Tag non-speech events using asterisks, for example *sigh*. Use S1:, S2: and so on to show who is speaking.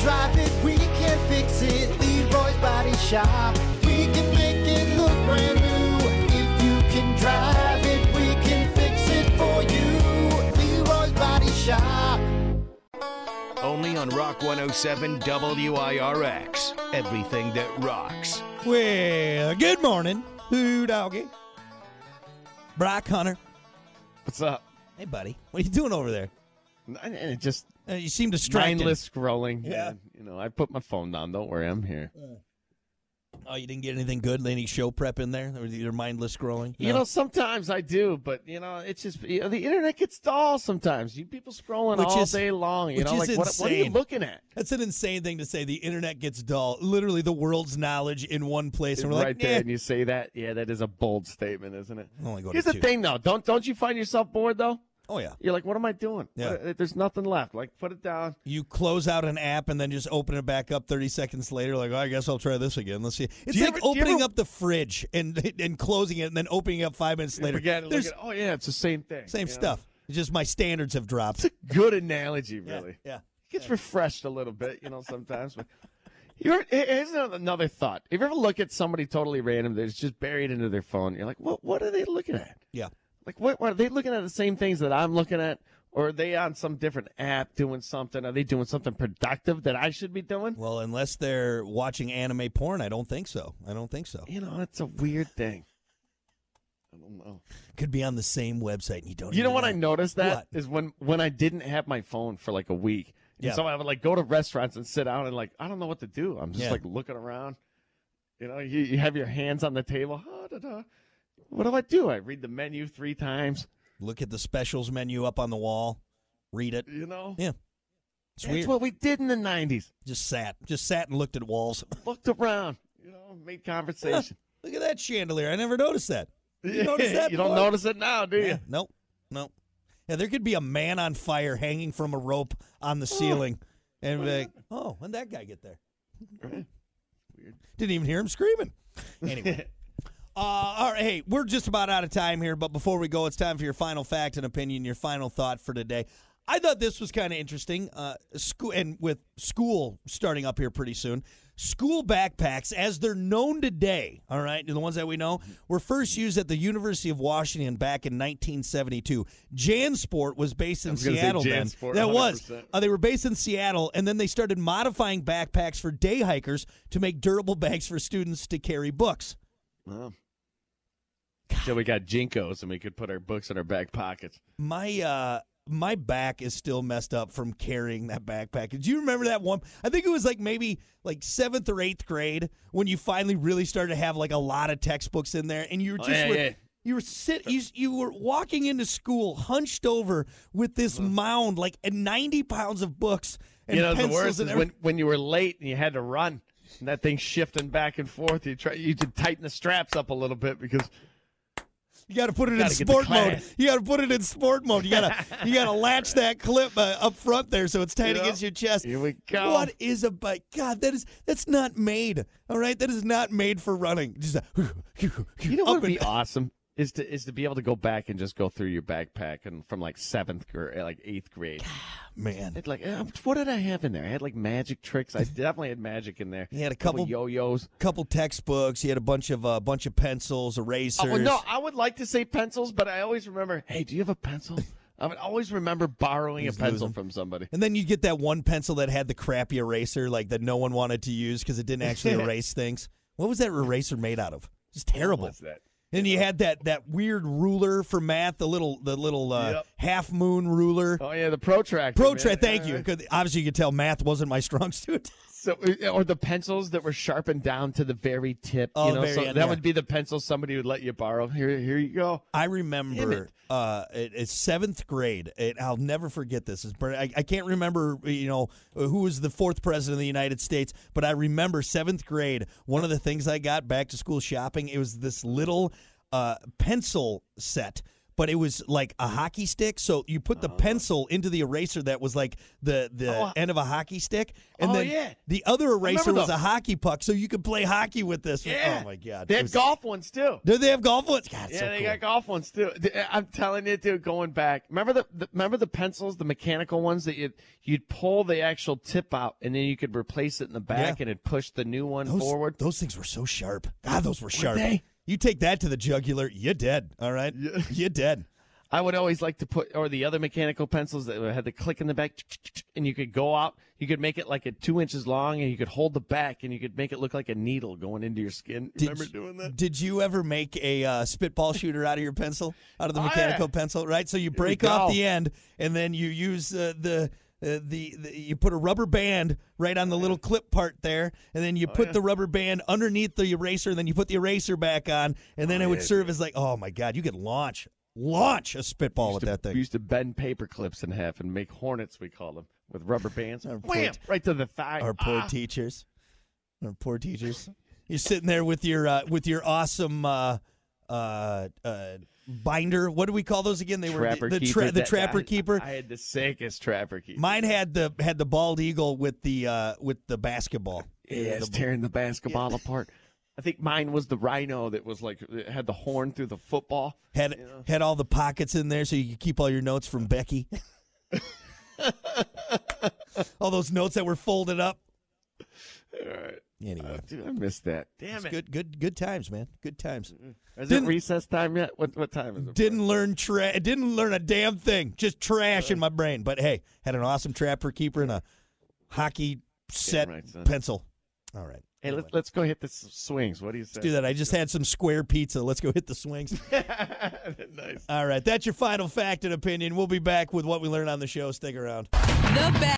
S1: drive it, we can fix it. Leroy's Body Shop. We can make it look brand new. If you can drive it, we can fix it for you. Leroy's Body Shop.
S2: Only on Rock 107 WIRX. Everything that rocks.
S3: Well, good morning, Hoo Doggy. Brock Hunter.
S4: What's up?
S3: Hey, buddy. What are you doing over there?
S4: And and it just
S3: Uh, you seem distracted.
S4: mindless scrolling.
S3: Yeah.
S4: And, you know, I put my phone down. Don't worry, I'm here.
S3: Oh, you didn't get anything good? Any show prep in there? Or your mindless scrolling?
S4: You
S3: No?
S4: know, sometimes I do, but you know, it's just you know, the internet gets dull sometimes. You people scrolling
S3: Which
S4: all
S3: is-
S4: day long. You
S3: which
S4: know,
S3: is
S4: like what, what are you
S3: insane.
S4: looking at?
S3: That's an insane thing to say. The internet gets dull. Literally, the world's knowledge in one place, and we're
S4: right
S3: like,
S4: there,
S3: "Nah."
S4: and you say that. Yeah, that is a bold statement, isn't it?
S3: I only go to
S4: Here's the
S3: two.
S4: thing, though. Don't don't you find yourself bored though?
S3: Oh yeah,
S4: You're like, what am I doing?
S3: Yeah.
S4: What- there's nothing left. Like, put it down.
S3: you close out an app and then just open it back up 30 seconds later. Like, oh, I guess I'll try this again. Let's see. It's
S4: you
S3: like
S4: ever- do you
S3: opening
S4: ever-
S3: up the fridge and *laughs* and closing it, and then opening it up five minutes later.
S4: Forget it. Look
S3: There's
S4: at, oh yeah, it's the same thing.
S3: same
S4: you know?
S3: stuff. It's just my standards have dropped.
S4: It's a good analogy, really.
S3: Yeah. yeah.
S4: gets refreshed a little bit, you know, sometimes. But you ever- here- here's another- another thought. If you ever look at somebody totally random that's just buried into their phone, you're like, what What are they looking at?
S3: Yeah.
S4: Like, what, what are they looking at the same things that I'm looking at? Or are they on some different app doing something? Are they doing something productive that I should be doing?
S3: Well, unless they're watching anime porn, I don't think so. I don't think so.
S4: You know, it's a weird thing. I don't know.
S3: Could be on the same website and you don't.
S4: You know
S3: even
S4: what I noticed that
S3: What?
S4: is when when I didn't have my phone for like a week. And
S3: Yeah.
S4: So I would like go to restaurants and sit down and like I don't know what to do. I'm just
S3: Yeah.
S4: like looking around. You know, you, you have your hands on the table. Ah, da, da. What do I do? I read the menu three times.
S3: Look at the specials menu up on the wall. Read it.
S4: You know,
S3: Yeah. It's
S4: that's
S3: weird.
S4: what we did in the '90s.
S3: Just sat. Just sat and looked at walls. *laughs*
S4: Looked around. You know, made conversation.
S3: Look at that chandelier. I never noticed that. *laughs* You
S4: *laughs*
S3: notice that?
S4: you don't
S3: part?
S4: notice it now, do you?
S3: Yeah, nope. Nope. Yeah, there could be a man on fire hanging from a rope on
S4: Oh.
S3: the ceiling. And be like, oh, when would that guy get there? *laughs* Didn't even hear him screaming. Anyway. Uh, all right, hey, we're just about out of time here, but before we go, it's time for your final fact and opinion, your final thought for today. I thought this was kind of interesting. Uh, school and with school starting up here pretty soon, school backpacks, as they're known today, all right, the ones that we know, were first used at the University of Washington back in 1972. JanSport was based in
S4: was gonna say
S3: Seattle then.
S4: JanSport,
S3: that was
S4: 100%.
S3: uh, they were based in Seattle, and then they started modifying backpacks for day hikers to make durable bags for students to carry books.
S4: Well. So we got jinkos and we could put our books in our back pockets.
S3: My uh my back is still messed up from carrying that backpack. Do you remember that one? I think it was like maybe like seventh or eighth grade when you finally really started to have like a lot of textbooks in there, and you were
S4: Oh,
S3: just
S4: yeah,
S3: were-
S4: yeah.
S3: you were sit you, you were walking into school hunched over with this
S4: Uh-huh.
S3: mound like ninety pounds of books and
S4: you know the
S3: pencils
S4: worst
S3: and
S4: is when, when you were late and you had to run and that thing shifting back and forth you try you could tighten the straps up a little bit because
S3: You got to put it in
S4: Gotta get to
S3: sport mode.
S4: class.
S3: You got to put it in sport mode. You got to you got
S4: *laughs*
S3: to latch that clip uh, up front there so it's tight
S4: Yeah.
S3: against your chest.
S4: Here we go.
S3: What is a bike? God, that is that's not made. All right, that is not made for running. Just a,
S4: you know
S3: up
S4: what would
S3: and-
S4: be awesome is to is to be able to go back and just go through your backpack and from like seventh or like eighth grade
S3: man.
S4: it's like eh, what did i have in there i had like magic tricks i definitely had magic in there
S3: You had a couple-
S4: yo-yos
S3: Couple textbooks. You had a bunch of a bunch of pencils, erasers.
S4: Oh, well, no i would like to say pencils but i always remember hey do you have a pencil i would always remember borrowing a
S3: Just
S4: pencil
S3: losing.
S4: from somebody
S3: And then you get that one pencil that had the crappy eraser, like that no one wanted to use because it didn't actually
S4: *laughs*
S3: erase things. What was that eraser made out of? It's terrible.
S4: What's that?
S3: And you had that that weird ruler for math, the little the little uh,
S4: Yep.
S3: half moon ruler.
S4: oh yeah the protractor
S3: Pro
S4: man.
S3: Protract, thank
S4: Yeah,
S3: you. 'cause obviously, you could tell math wasn't my strong *laughs* suit.
S4: So, uh, or the pencils that were sharpened down to the very tip.
S3: Oh,
S4: you know,
S3: very
S4: so
S3: end,
S4: that
S3: yeah.
S4: would be the pencil somebody would let you borrow. Here, here you go.
S3: I
S4: Damn
S3: remember
S4: it.
S3: uh, it, it's seventh grade. It, I'll never forget this. It's, burn- I, I can't remember, you know, who was the fourth president of the United States, but I remember seventh grade. One of the things I got back to school shopping, it was this little uh, pencil set. but it was like a hockey stick. So you put the pencil into the eraser that was like the the
S4: Oh, I-
S3: end of a hockey stick, and
S4: Oh,
S3: then
S4: yeah.
S3: the other eraser was
S4: those.
S3: a hockey puck. So you could play hockey with this.
S4: Yeah.
S3: Oh my god!
S4: They
S3: It
S4: had
S3: was-
S4: golf ones too.
S3: Do they have golf ones? God, it's
S4: Yeah,
S3: so
S4: they
S3: cool.
S4: got golf ones too. D- I'm telling you, dude. Going back, remember the, the remember the pencils, the mechanical ones that you you'd pull the actual tip out, and then you could replace it in the back,
S3: Yeah.
S4: and it pushed the new one
S3: those,
S4: forward.
S3: Those things were so sharp. God, those were sharp.
S4: they?
S3: You take that to the jugular, you're dead. All right, you're dead.
S4: I would always like to put, or the other mechanical pencils that had the click in the back, and you could go out. You could make it like a two inches long, and you could hold the back, and you could make it look like a needle going into your skin. Remember
S3: you-
S4: doing that?
S3: Did you ever make a uh, spitball shooter out of your pencil, out of the
S4: Oh,
S3: mechanical
S4: yeah.
S3: pencil? Right. So you
S4: we
S3: break off
S4: go.
S3: the end, and then you use uh, the. Uh, the, the you put a rubber band right on the little clip part there, and then you
S4: Oh,
S3: put the rubber band underneath the eraser, and then you put the eraser back on, and then it would serve as like, oh my god, you could launch launch a spitball with
S4: used to-
S3: that thing.
S4: We used to bend paper clips in half and make hornets, we called them, with rubber bands.
S3: Our
S4: Wham!
S3: poor t-
S4: right to the thigh.
S3: our poor
S4: Ah!
S3: teachers our poor teachers you're sitting there with your uh, with your awesome uh, uh, uh, binder what do we call those again they
S4: trapper
S3: were the, the,
S4: keeper.
S3: the
S4: That-
S3: trapper
S4: I-
S3: keeper
S4: I had the sickest trapper keeper.
S3: mine had the had the bald eagle with the uh, with the basketball
S4: Yeah, it's tearing the basketball apart. I think mine was the rhino that was like it had the horn through the football.
S3: had had all the pockets in there so you could keep all your notes from
S4: *laughs*
S3: Becky all those notes that were folded up anyway
S4: Dude, I missed that. Damn
S3: it's
S4: it!
S3: good good good times man good times
S4: Is
S3: Didn't-
S4: it recess time yet? What what time is it?
S3: Didn't learn tra- didn't learn a damn thing. Just trash in my brain. But hey, had an awesome trapper keeper and a hockey set
S4: right, son.
S3: pencil. All right.
S4: Hey, let's, let's go hit the s- swings. What do you say?
S3: Let's do that. I just had some square pizza. Let's go hit the
S4: *laughs*
S3: swings.
S4: that. nice.
S3: All right. That's your final fact and opinion. We'll be back with what we learned on the show. Stick around.
S5: The best.